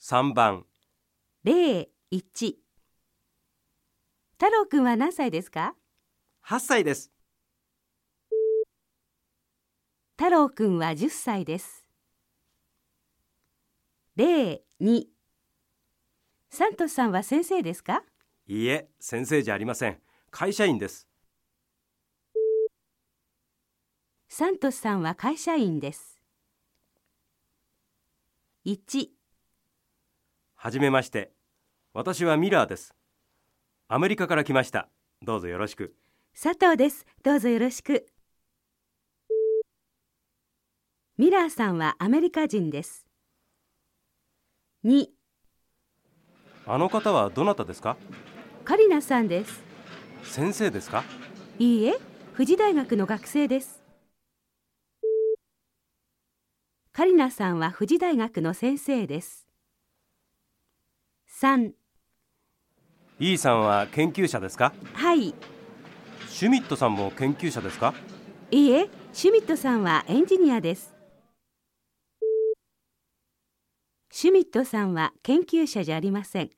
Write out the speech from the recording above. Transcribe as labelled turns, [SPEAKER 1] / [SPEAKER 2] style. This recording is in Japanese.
[SPEAKER 1] 3番
[SPEAKER 2] 0、1。太郎くんは何歳ですか
[SPEAKER 1] 8歳です
[SPEAKER 2] 太郎くんは10歳です。0、2。サントスさんは先生ですか
[SPEAKER 1] いいえ先生じゃありません会社員です
[SPEAKER 2] サントスさんは会社員です。1、
[SPEAKER 1] はじめまして私はミラーですアメリカから来ましたどうぞよろしく
[SPEAKER 2] 佐藤です。どうぞよろしく。ミラーさんはアメリカ人です。2、
[SPEAKER 1] あの方はどなたですか
[SPEAKER 2] カリナさんです。
[SPEAKER 1] 先生ですか
[SPEAKER 2] いいえ、富士大学の学生です。カリナさんは富士大学の先生です。3、
[SPEAKER 1] E さんは研究者ですか
[SPEAKER 2] はい、い
[SPEAKER 1] シュミットさんも研究者ですか
[SPEAKER 2] いえ、シュミットさんはエンジニアです。シュミットさんは研究者じゃありません。